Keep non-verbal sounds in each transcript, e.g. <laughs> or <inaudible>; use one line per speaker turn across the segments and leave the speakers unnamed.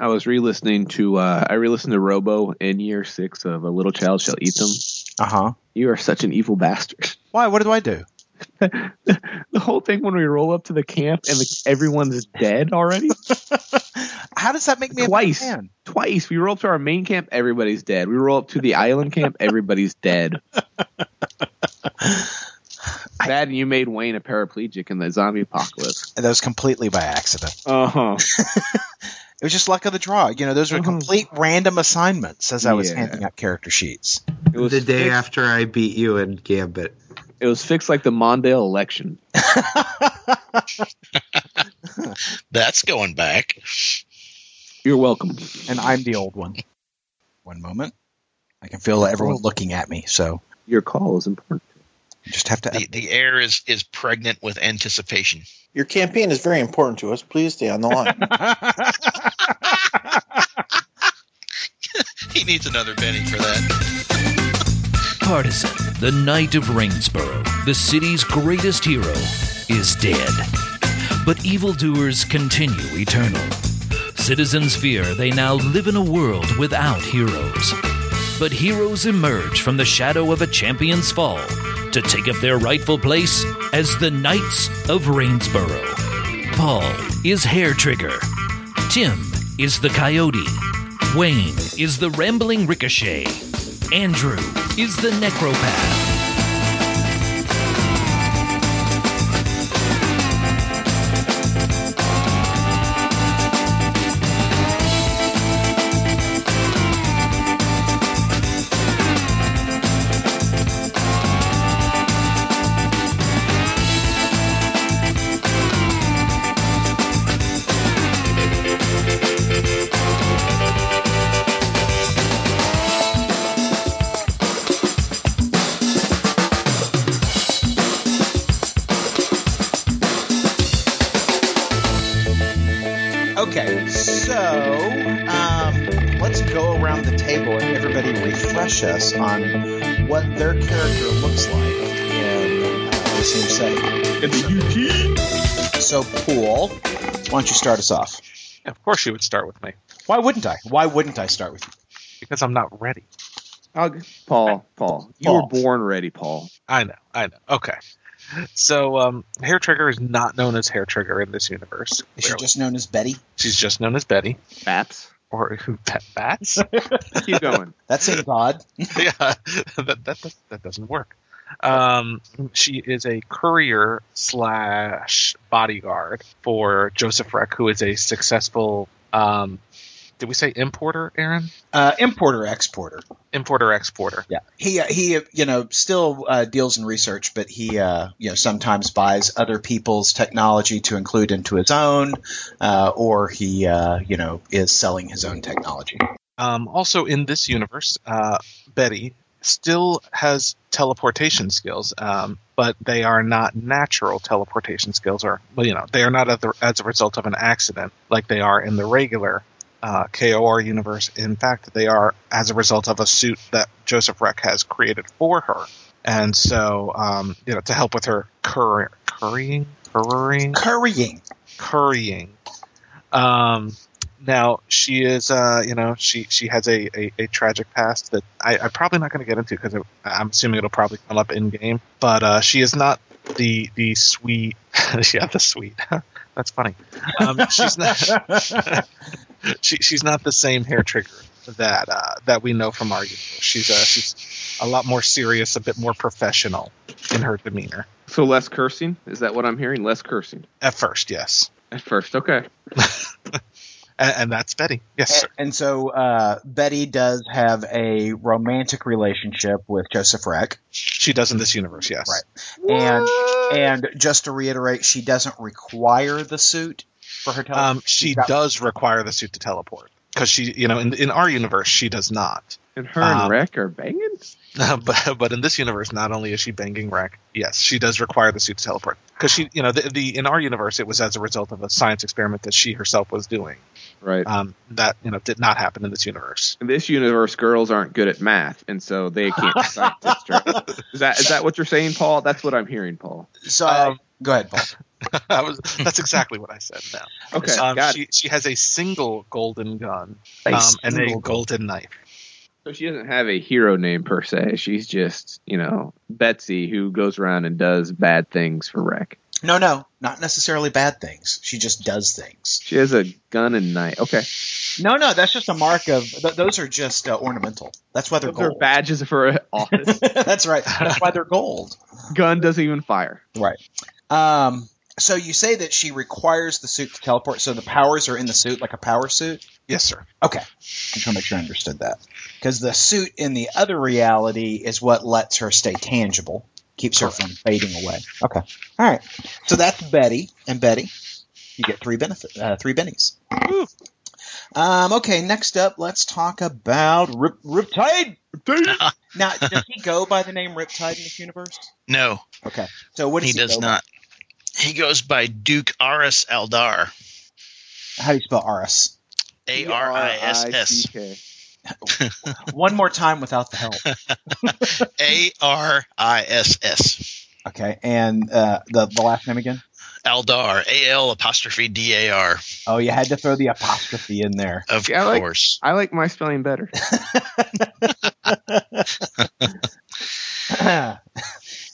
I was re-listening to uh, I re-listened to Robo in year six of A Little Child Shall Eat Them.
Uh huh.
You are such an evil bastard. <laughs>
Why? What do I do?
the whole thing when we roll up to the camp and the, everyone's dead already.
How does that make me
Twice.
a bad man?
Twice we roll up to our main camp, everybody's dead. We roll up to the island camp, everybody's
<laughs>
dead. Bad, you made Wayne a paraplegic in the zombie apocalypse.
And that was completely by accident.
Uh huh.
It was just luck of the draw. You know, those were
Mhm.
complete random assignments as I was
Yeah.
handing out character sheets.
It was
the day
fixed,
after I beat you in Gambit.
It was fixed like the Mondale election.
That's going back.
You're welcome.
and I'm the old one. One moment. I can feel everyone looking at me, so
Your call is important.
I just have to.
The, the air is, is pregnant with anticipation. <laughs>
Your campaign is very important to us. Please stay on the line.
He needs another penny for that.
Partisan, the Knight of Rainsborough, the city's greatest hero, is dead. But evildoers continue eternal. Citizens fear they now live in a world without heroes. But heroes emerge from the shadow of a champion's fall to take up their rightful place as the Knights of Rainsborough. Paul is Hair Trigger. Tim is the Coyote. Wayne is the Rambling Ricochet. Andrew is the Necropath.
Okay, so um, let's go around the table and everybody refresh us on what their character looks like in uh, this new setting. So, Pool, why don't you start us off?
Of course, you would start with me
Why wouldn't I? Why wouldn't I start with you?
because I'm not ready.
Paul, Paul, you
Paul.
were born ready, Paul.
I know, I know. Okay. So, um, Hair Trigger is not known as Hair Trigger in this universe.
Is she
clearly.
just known as Betty?
She's just known as Betty
Baps.
or Bat- Bats.
Keep <laughs> going.
That seems odd.
yeah, <laughs> that, that, that, that doesn't work. Um, she is a courier slash bodyguard for Joseph Reck, who is a successful. Um, did we say importer, Aaron?
Uh, importer exporter.
Importer exporter.
Yeah, he uh, he uh, you know still uh, deals in research, but he uh, you know sometimes buys other people's technology to include into his own, uh, or he uh, you know is selling his own technology.
Um, also in this universe, uh, Betty still has teleportation skills, um, but they are not natural teleportation skills, or well, you know, they are not as a- as a result of an accident like they are in the regular uh, KOR universe. In fact, they are as a result of a suit that Joseph Reck has created for her, and so um, you know to help with her cur- currying, currying,
Currying.
currying. Um, now she is, uh, you know, she she has a, a, a tragic past that I, I'm probably not going to get into because I'm assuming it'll probably come up in game. But uh, she is not the the sweet, <laughs> yeah, the sweet. <laughs> That's funny. Um, she's not. <laughs> she, she's not the same hair trigger that uh, that we know from our universe. She's uh, she's a lot more serious, a bit more professional in her demeanor.
So less cursing? Is that what I'm hearing? Less cursing.
At first, yes,
At first, okay.
and, and that's Betty. Yes, sir.
And, and so uh, Betty does have a romantic relationship with Joseph Reck,
She does in this universe, yes.
Right. and and just to reiterate, she doesn't require the suit for her. teleportation.
Um, she does require the suit to teleport because she, you know, in, in our universe she does not. <laughs>
And her
Um,
and Wreck are banging?
but but in this universe, not only is she banging Rack, yes, she does require the suit to teleport because she, you know, the, the in our universe it was as a result of a science experiment that she herself was doing.
Right.
Um, that you know did not happen in this universe. <laughs>
in this universe, girls aren't good at math, and so they can't recite district. Is that is that what you're saying, Paul? That's what I'm hearing, Paul.
So I-
Um,
Go ahead, Paul.
I was, that's exactly what I said
<laughs>
now.
Okay,
Um,
got
she,
it.
she has a single golden gun
A
um, and a
single
golden knife.
So she doesn't have a hero name per se. She's just, you know, Betsy who goes around and does bad things for Wreck.
No, no, not necessarily bad things. She just does things.
She has a gun and knife. Okay.
No, no, that's just a mark of. Th- those are just uh, ornamental. That's why they're
Those are
gold.
badges for <laughs> office.
<laughs> that's right. That's why they're gold.
gun doesn't even fire.
Right. Um, so you say that she requires the suit to teleport, so the powers are in the suit, like a power suit?
Yes, sir.
Okay. I just want to make sure I understood that. Because the suit in the other reality is what lets her stay tangible, keeps her from fading away. Okay. All right. So that's Betty. And Betty, you get three benefit, uh, three bennies. Um, okay, next up, let's talk about Rip-
<laughs>
Riptide. now, does he go by the name Riptide in this universe?
No,
Okay. So what does
he
he,
does
go by?
not. He goes by Duke Aris Aldar.
How do you spell Aris?
A R I S S.
P-R-I-C-K.
One more time without the
<laughs>
help.
A R I S S.
Okay, and uh, the the last name again?
Aldar. A L apostrophe D A R.
Oh, you had to throw the apostrophe in
<laughs>
there.
Of
Yeah, I like-
course.
I like my spelling better.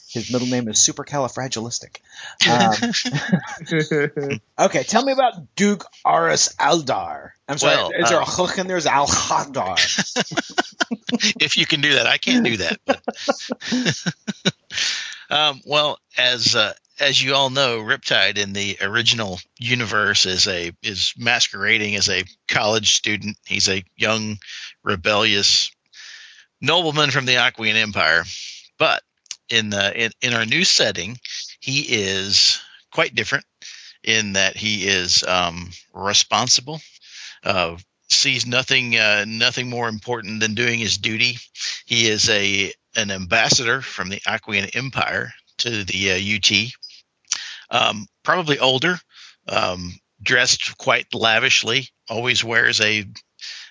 His middle name is supercalifragilistic. Um, okay, tell me about Duke Aris Aldar. I'm sorry,
Well,
is there a
uh,
hook in there? Is Al Hadar?
<laughs> if you can do that, I can't do that. But <laughs> um, well, as uh, as you all know, Riptide in the original universe is a is masquerading as a college student. He's a young, rebellious nobleman from the Aquian Empire, but in the in, in our new setting, he is quite different in that he is um, responsible. Uh, sees nothing uh, nothing more important than doing his duty. He is a an ambassador from the Aquian Empire to the uh, UT. Um, probably older, um, dressed quite lavishly. Always wears a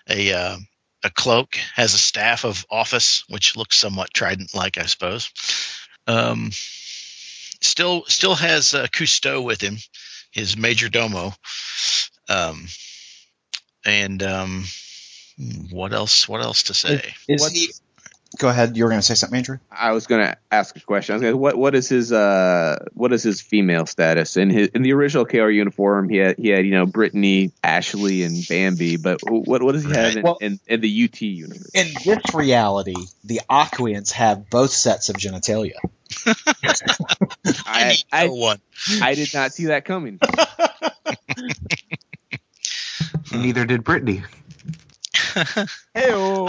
a uh, a cloak. Has a staff of office, which looks somewhat trident-like, I suppose. Um, still still has uh, Cousteau with him, his major domo. Um, and um, hmm, what else? What else to say?
Is
What's-
he? Go ahead. You were going to say something, Andrew.
I was going to ask a question. I was going to what what is his uh what is his female status in his in the original KR uniform? He had he had you know Brittany, Ashley, and Bambi. But wh- what what does he have in,
Well-
in, in the UT universe?
In this reality, the Aquians have both sets of genitalia.
<laughs> I,
I
need no
I,
one.
I did not see that <laughs> coming.
Neither did Brittany.
Hey,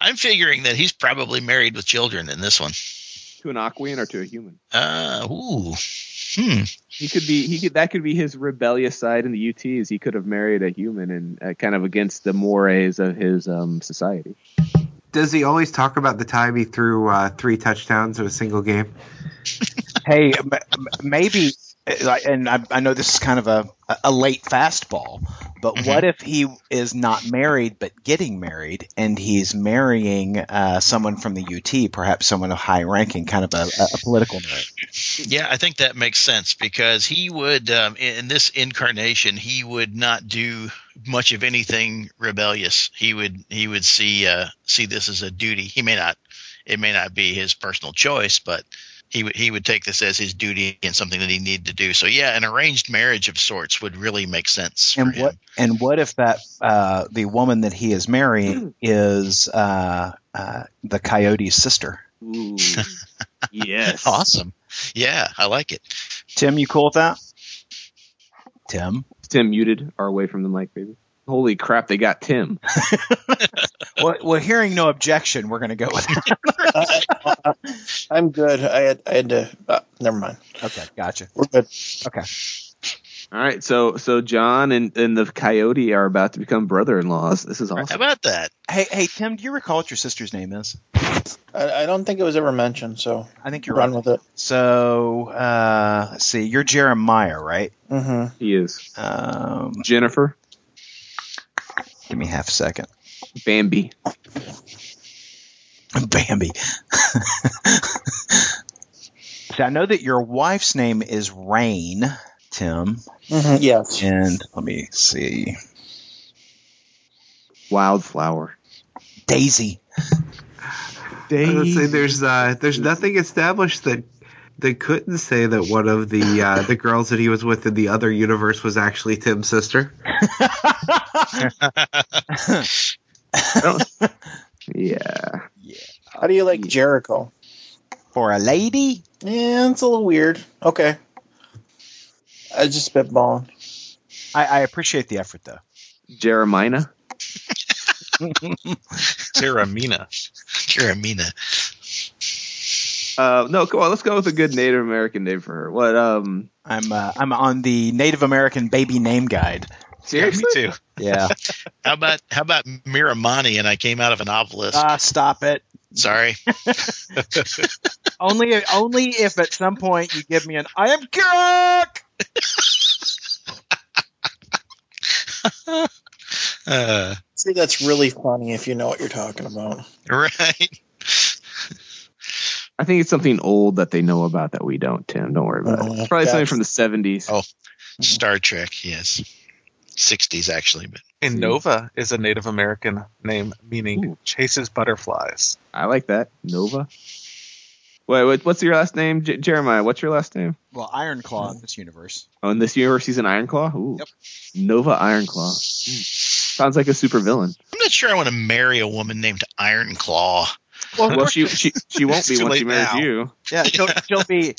I'm figuring that he's probably married with children in this one.
to an Aquan or to a human?
Uh, ooh, hmm.
He could be he could that could be his rebellious side in the UT is he could have married a human and uh, kind of against the mores of his um society.
Does he always talk about the time he threw uh, three touchdowns in a single game?
hey, m- m- maybe, like, and I, I know this is kind of a, a late fastball, but
Mhm.
what if he is not married but getting married, and he's marrying uh, someone from the UT, perhaps someone of high ranking, kind of a, a, a political marriage?
Yeah, I think that makes sense because he would, um, in in this incarnation, he would not do much of anything rebellious. He would he would see uh, see this as a duty. He may not, it may not be his personal choice, but he would he would take this as his duty and something that he needed to do. So yeah, an arranged marriage of sorts would really make sense. For
And
him.
what and what if that uh, the woman that he is marrying is uh, uh, the coyote's sister?
Ooh. yes.
Awesome. Yeah, I like it.
Tim, you cool with that? Tim,
Tim muted our way from the mic, baby. Holy crap, they got Tim.
well, well, hearing no objection, we're going to go with it.
<laughs> I'm good. I had I had to. Uh, never mind.
Okay, gotcha.
We're good.
All right, so so John and, and the coyote are about to become brother in laws. This is
How
awesome.
about that?
Hey, hey, Tim, do you recall what your sister's name is?
I, I don't think it was ever mentioned. So
I think you're
run
right.
with it.
So, uh, let's see, you're Jeremiah, right?
hmm
He is
Um,
Jennifer
give me half a second. <laughs>
Bambi.
<laughs> Bambi. So I know that your wife's name is Rain, Tim.
Mhm, yes.
And let me see.
Wildflower.
Daisy.
I was gonna say there's uh, there's nothing established that they couldn't say that one of the uh, the girls that he was with in the other universe was actually Tim's sister.
Yeah.
How do you like Jericho?
For a lady?
Yeah, it's a little weird. Okay. I just spitballing.
I, I appreciate the effort, though.
Jeremina.
<laughs>
Terramina.
Jeremina.
Uh, no, come on. Let's go with a good Native American name for her. What? Um.
I'm uh, I'm on the Native American baby name guide.
Yeah, me
Seriously?
too.
Yeah.
How about how about Miramani and I came out of an
<laughs>
obelisk?
Ah, stop it.
Sorry.
<laughs>
<laughs>
Only only if at some point you give me an I am Kirk.
<laughs> Uh,
See, that's really funny if you know what you're talking about.
right.
I think it's something old that they know about that we don't, Tim. Don't worry about it.
Oh,
It's probably something
gotcha.
from the 70s.
Oh. Star Trek, yes. 60s actually, but
And Nova is a Native American name meaning
Ooh.
chases butterflies.
I like that. Nova. Wait, what, what's your last name? J- Jeremiah, what's your last name?
Well, Iron Claw in this universe.
Oh, in this universe, he's an Ironclaw? Ooh.
Yep.
Nova Ironclaw. Mm. Sounds like a supervillain.
I'm not sure I want to marry a woman named Iron Claw.
Well, she, she, she
<laughs>
won't be
It's too
once she
late
marries
now.
you.
Yeah, she'll, she'll be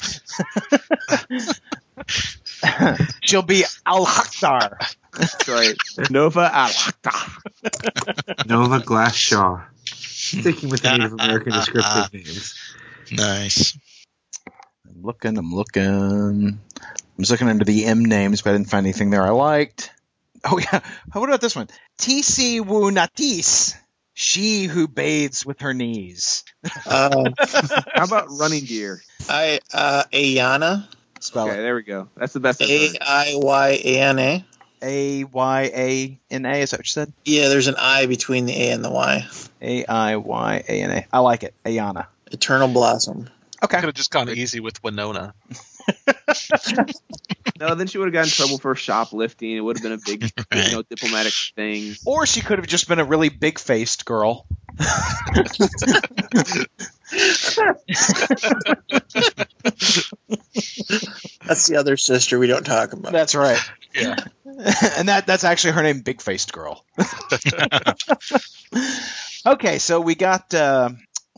she'll be Al Hakhtar.
That's right. Nova Alakta.
Nova Glassjaw. Sticking with the Native American
Uh, uh,
descriptive
uh.
names.
Nice.
I'm looking. I'm looking. I'm just looking under the M names, but I didn't find anything there I liked. Oh yeah. <laughs> Oh, What about this one? TC Wunatis. She who bathes with her knees.
Uh,
How about running deer?
I uh, Ayana.
Spell
Okay,
it.
there we go. That's the best. I've
A
heard.
I Y A N A.
A Y A N A. Is that what you said?
Yeah, there's an I between the A and the Y.
A I Y A N A. I like it. Ayana.
Eternal Blossom.
I
Okay.
could have just gone easy with Winona.
No, then she would have gotten in trouble for shoplifting. It would have been a big, you know, diplomatic thing.
Or she could have just been a really big faced girl.
That's the other sister we don't talk about.
That's right.
Yeah.
<laughs> and that that's actually her name, Big Faced Girl. <laughs> okay, so we got uh,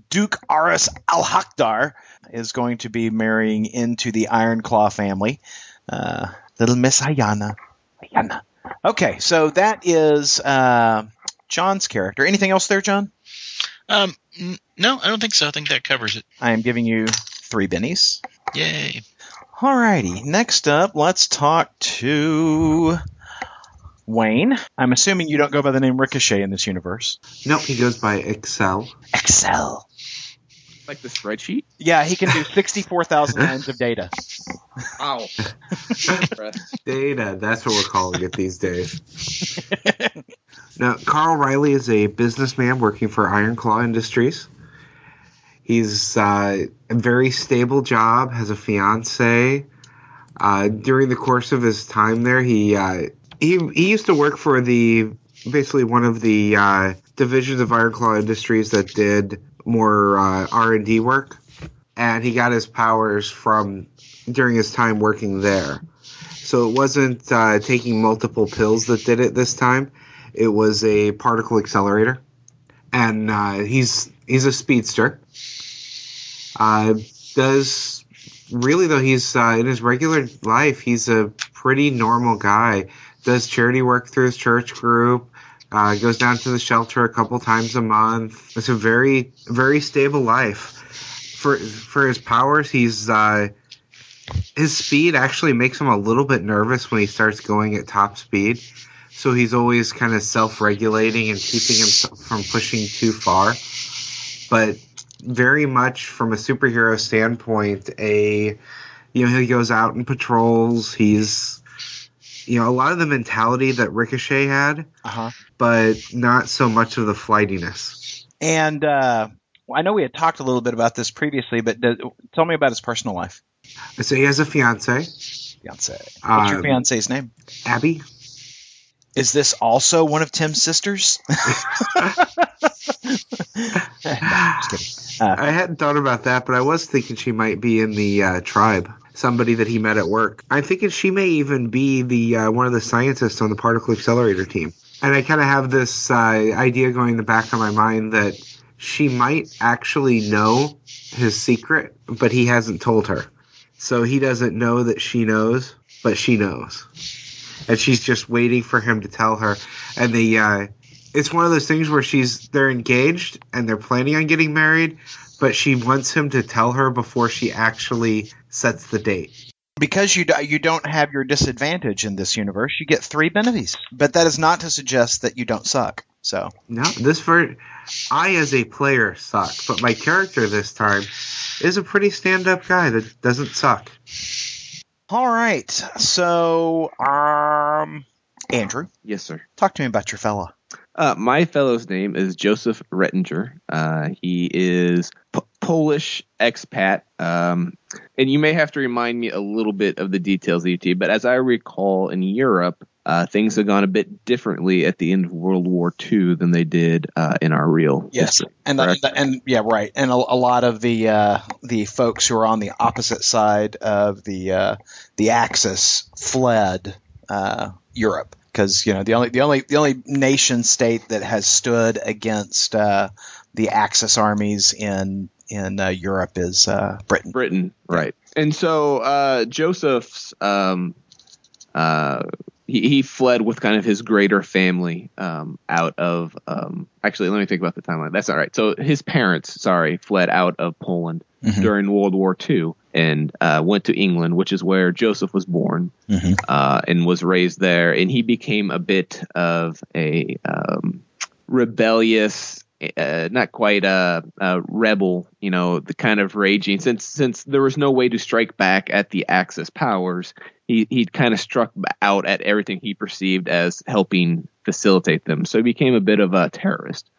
Duke Aris Al Hakdar is going to be marrying into the Iron Claw family. Uh, little Miss Ayana. Ayana. Okay, so that is uh, John's character. Anything else there, John?
Um, n- no, I don't think so. I think that covers it.
I am giving you three bennies.
Yay.
Alrighty, next up, let's talk to Wayne. I'm assuming you don't go by the name Ricochet in this universe.
Nope, he goes by Excel.
Excel.
Like the spreadsheet?
Yeah, he can do <laughs> 64,000 lines of data.
Ow.
Data, that's what we're calling it these days. now, Carl Riley is a businessman working for Iron Claw Industries. He's uh, a very stable job, has a fiance. Uh, during the course of his time there, he uh, he he used to work for the basically one of the uh, divisions of Iron Claw Industries that did more uh, R and D work, and he got his powers from during his time working there. So it wasn't uh, taking multiple pills that did it this time. It was a particle accelerator, and uh, he's he's a speedster. Uh, does really though he's uh, in his regular life he's a pretty normal guy. Does charity work through his church group. Uh, goes down to the shelter a couple times a month. It's a very very stable life. For for his powers, he's. Uh, his speed actually makes him a little bit nervous when he starts going at top speed. So he's always kind of self-regulating and keeping himself from pushing too far. But very much from a superhero standpoint, a you know, he goes out and patrols. He's you know, a lot of the mentality that Ricochet had,
Uh-huh.
but not so much of the flightiness.
And uh, I know we had talked a little bit about this previously, but do, tell me about his personal life.
So he has a fiance,
Fiance. What's your
uh,
fiance's name?
Abby.
Is this also one of Tim's sisters? <laughs>
I hadn't thought about that, but I was thinking she might be in the uh, tribe. Somebody that he met at work. I'm thinking she may even be the uh, one of the scientists on the particle accelerator team. And I kind of have this uh, idea going in the back of my mind that she might actually know his secret, but he hasn't told her. So he doesn't know that she knows, but she knows, and she's just waiting for him to tell her. And the uh, it's one of those things where she's they're engaged and they're planning on getting married, but she wants him to tell her before she actually sets the date.
because you d- you don't have your disadvantage in this universe, you get three benefits. But that is not to suggest that you don't suck. So
No, this ver- I as a player suck, but my character this time is a pretty stand-up guy that doesn't suck.
all right, so um, Andrew,
Yes, sir.
talk to me about your fella.
Uh, my fellow's name is Joseph Rettinger. Uh, he is P- Polish expat. Um, and you may have to remind me a little bit of the details, ET, but as I recall, in Europe, uh, things have gone a bit differently at the end of World War II than they did uh, in our real
Yes,
history.
and the,
correct?
the- and yeah, right, and a, a lot of the uh, the folks who are on the opposite side of the uh, the axis fled uh, Europe because you know the only the only the only nation state that has stood against uh, the Axis armies in in uh, Europe is uh, Britain.
Britain, right? And so uh, Joseph's, um, uh, he, he fled with kind of his greater family um, out of. Um, actually, let me think about the timeline. That's not right. So his parents, sorry, fled out of Poland
Mhm.
during World War II and uh, went to England, which is where Joseph was born
Mhm.
uh, and was raised there. And he became a bit of a um, rebellious, uh, not quite a, a rebel, you know, the kind of raging. Since since there was no way to strike back at the Axis powers, he he kind of struck out at everything he perceived as helping facilitate them. So he became a bit of a terrorist.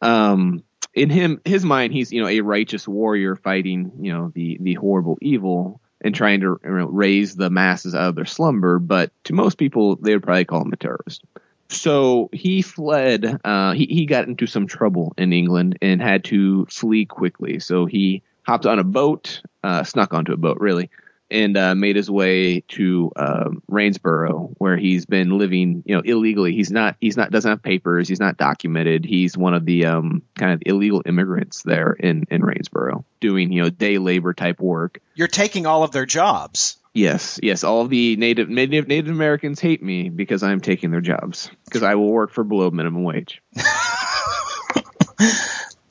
Um, in him his mind, he's you know a righteous warrior fighting you know the the horrible evil and trying to you know, raise the masses out of their slumber. But to most people, they would probably call him a terrorist so he fled uh, he, he got into some trouble in england and had to flee quickly so he hopped on a boat uh, snuck onto a boat really and uh, made his way to um, Rainsboro, where he's been living, you know, illegally. He's not, he's not, doesn't have papers. He's not documented. He's one of the um, kind of illegal immigrants there in in Rainsboro, doing you know day labor type work.
You're taking all of their jobs.
Yes, yes. All the native native Native Americans hate me because I'm taking their jobs because I will work for below minimum wage.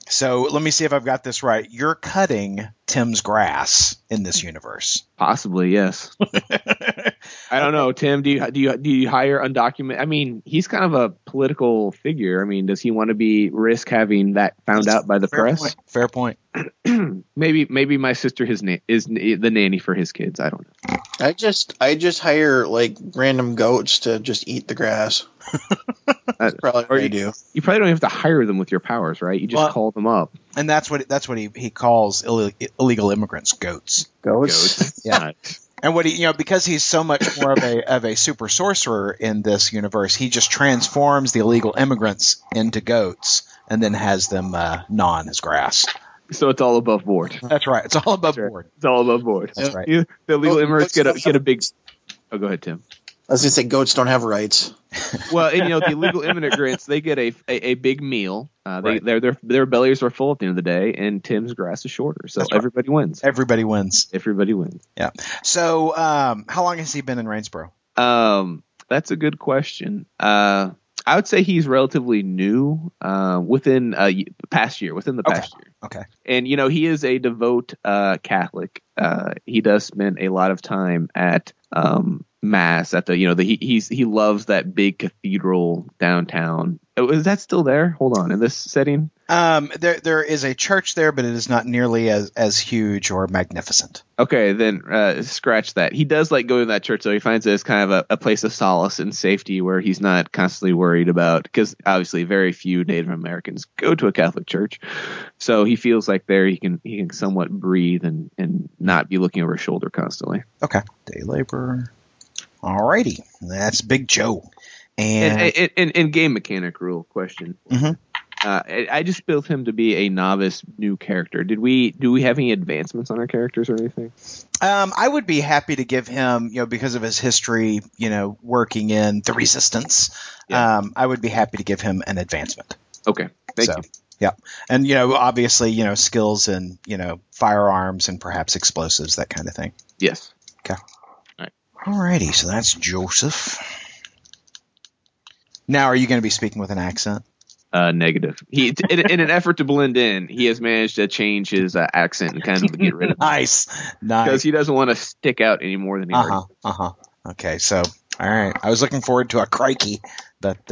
So let me see if I've got this right. You're cutting Tim's grass in this universe.
Possibly,
<laughs>
yes. I don't know, Tim. Do you do you do you hire undocumented? I mean, he's kind of a political figure. I mean, does he want to be risk having that found out by the
Fair
press?
point. Fair point.
maybe maybe my sister his na- is n- the nanny for his kids. I don't know.
I just I just hire like random goats to just eat
<laughs>
the grass. That's probably
Or
what I
you-
do.
You probably don't have to hire them with your powers, right? You just
Well-
call them up.
And that's what that's what he, he calls Ill- illegal immigrants goats.
Goats.
<laughs> Yeah. And what he you know because he's so much more of a of a super sorcerer in this universe, he just transforms the illegal immigrants into goats and then has them uh, gnaw on his grass.
so it's all above board.
That's right. It's all above
Sure.
board.
It's all above board.
That's right.
You- the legal
Oh,
immigrants get a
let's-
get a big. Oh, go ahead, Tim.
I was gonna say goats don't have rights.
Well, and you know the illegal immigrants, they get a a, a big meal. Uh, they
Right.
their their their bellies are full at the end of the day, and Tim's grass is shorter, so
That's right.
everybody wins.
Everybody wins.
Everybody wins.
So, um, how long has he been in Rainsboro?
Um, that's a good question. Uh, I would say he's relatively new. Uh, within uh y- past year, within the
Okay.
past year.
Okay.
And you know he is a devout uh Catholic. Uh, he does spend a lot of time at um mass at the you know the he he's he loves that big cathedral downtown. Oh, is that still there? Hold on, in this setting.
Um, there there is a church there, but it is not nearly as as huge or magnificent.
Okay, then uh, scratch that. He does like going to that church, though. He finds it as kind of a, a place of solace and safety where he's not constantly worried about, because obviously very few Native Americans go to a Catholic church. So he feels like there he can he can somewhat breathe and, and not be looking over his shoulder constantly.
Okay, day laborer. Alrighty, that's Big Joe. And,
And, and, and, and game mechanic rule question.
Mhm.
Uh, I, I just built him to be a novice new character. Did we do we have any advancements on our characters or anything?
um, I would be happy to give him, you know, because of his history, you know, working in the resistance.
Yeah.
Um, I would be happy to give him an advancement.
Okay, thank
so,
you.
Yeah, and you know, obviously, you know, skills in you know firearms and perhaps explosives, that kind of thing.
Yes.
Alrighty, so that's Joseph. Now, are you going to be speaking with an accent?
Uh, negative. He in, in an effort to blend in, he has managed to change his uh, accent and kind of get rid of it
Nice,
because
nice.
he doesn't want to stick out any more than he
Uh huh.
already.
Uh huh. Okay, so all right. I was looking forward to a crikey, but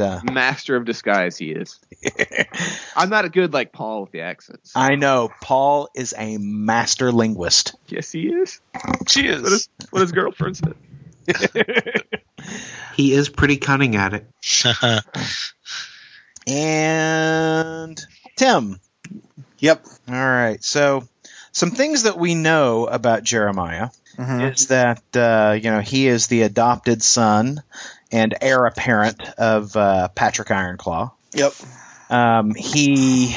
<laughs>
uh,
Master of disguise, he is. I'm not good like Paul with the accents.
I know Paul is a master linguist.
yes, he is.
She
What
is.
his, what his girlfriend said.
He is pretty cunning at it.
And Tim.
Yep.
All right. So, some things that we know about Jeremiah is that uh, you know he is the adopted son and heir apparent of uh, Patrick Ironclaw.
Yep.
Um, he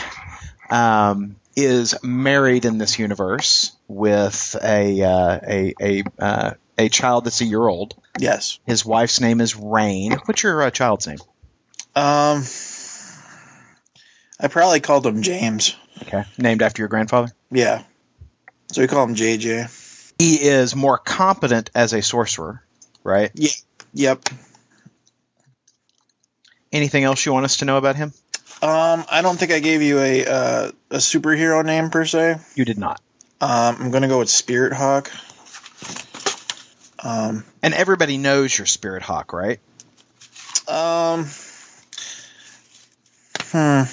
um, is married in this universe with a uh, a a uh, a child that's a year old.
Yes.
His wife's name is Rain. What's your uh, child's name?
Um, I probably called him James.
Okay, named after your grandfather.
Yeah. So we call him JJ.
He is more competent as a sorcerer, right?
Yep.
Anything else you want us to know about him?
Um, I don't think I gave you a uh, a superhero name per se.
You did not.
Um, I'm gonna go with Spirit Hawk. Um,
And everybody knows your Spirit Hawk, right?
um, hmm.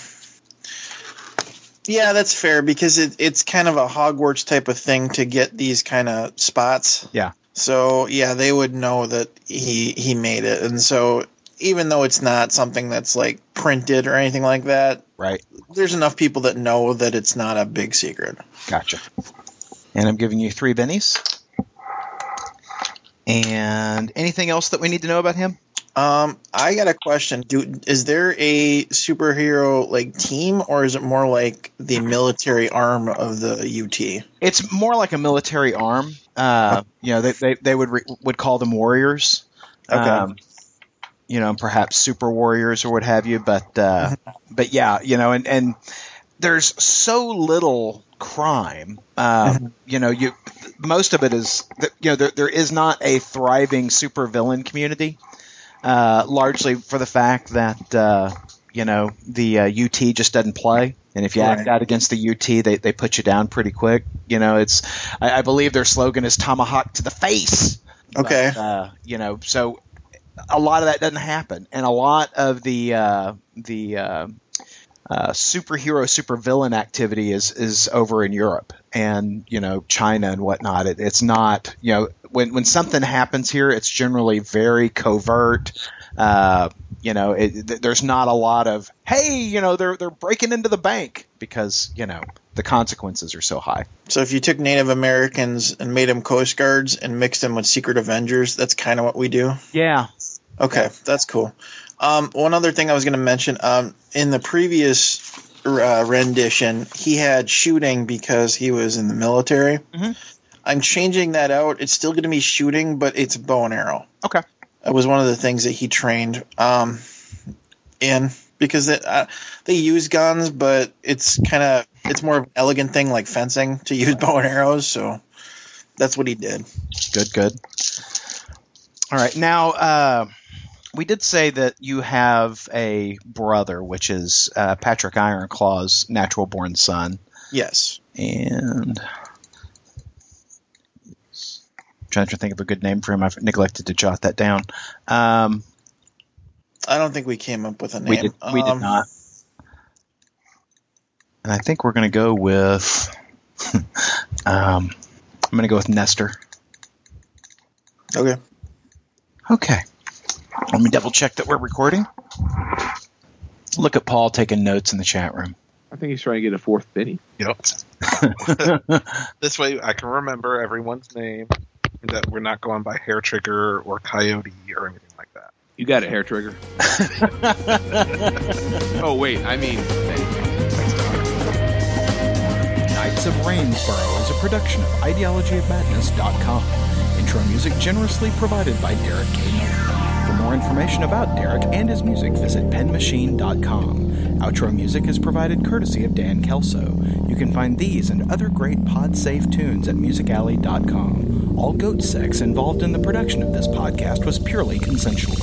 Yeah, that's fair because it, it's kind of a Hogwarts type of thing to get these kind of spots.
Yeah.
So yeah, they would know that he he made it, and so even though it's not something that's like printed or anything like that,
Right.
there's enough people that know that it's not a big secret.
Gotcha. And I'm giving you three bennies. And anything else that we need to know about him?
Um, I got a question. Do is there a superhero like team, or is it more like the military arm of the UT?
It's more like a military arm. Uh, you know, they, they, they would re- would call them warriors. Um,
Okay.
you know, perhaps super warriors or what have you, but uh, but yeah, you know, and and there's so little crime. Um, you know, you most of it is you know there there is not a thriving supervillain community, uh, largely for the fact that uh, you know the uh, UT just doesn't play, and if you act
Right.
out against the UT, they they put you down pretty quick. You know, it's I, I believe their slogan is tomahawk to the face.
Okay.
But, uh, you know, so a lot of that doesn't happen, and a lot of the uh, the uh, uh, superhero supervillain activity is is over in Europe and you know China and whatnot. It, it's not you know when when something happens here, it's generally very covert. Uh, you know, it, th- there's not a lot of hey, you know, they're they're breaking into the bank because you know the consequences are so high.
So if you took Native Americans and made them Coast Guards and mixed them with Secret Avengers, that's kind of what we do.
Yeah,
Okay, that's cool. Um, one other thing I was going to mention um, in the previous uh, rendition, he had shooting because he was in the military.
Mhm.
I'm changing that out. It's still going to be shooting, but it's bow and arrow.
Okay.
That was one of the things that he trained um, in because it, uh, they use guns, but it's kind of it's more of an elegant thing like fencing to use bow and arrows. So that's what he did.
Good, good. All right. Now, uh, we did say that you have a brother, which is uh, Patrick Ironclaw's natural born son.
Yes.
And. Trying to think of a good name for him. I've neglected to jot that down. Um,
I don't think we came up with a name.
we did. We did
Um,
not. And I think we're going to go with. <laughs> um, I'm going to go with Nestor.
Okay.
Okay. Let me double check that we're recording. Look at Paul taking notes in the chat <laughs> room.
I think he's trying to get a fourth Benny.
Yep. This way I can remember everyone's name and that we're not going by hair trigger or coyote or anything like that.
You got it, hair trigger. oh wait, I mean,
Knights of Rainsboro is a production of ideologyofmadness.com. Intro music generously provided by Derek Cato. For more information about Derek and his music, visit penmachine.com. Outro music is provided courtesy of Dan Kelso. You can find these and other great pod-safe tunes at musicalley.com. All goat sex involved in the production of this podcast was purely consensual.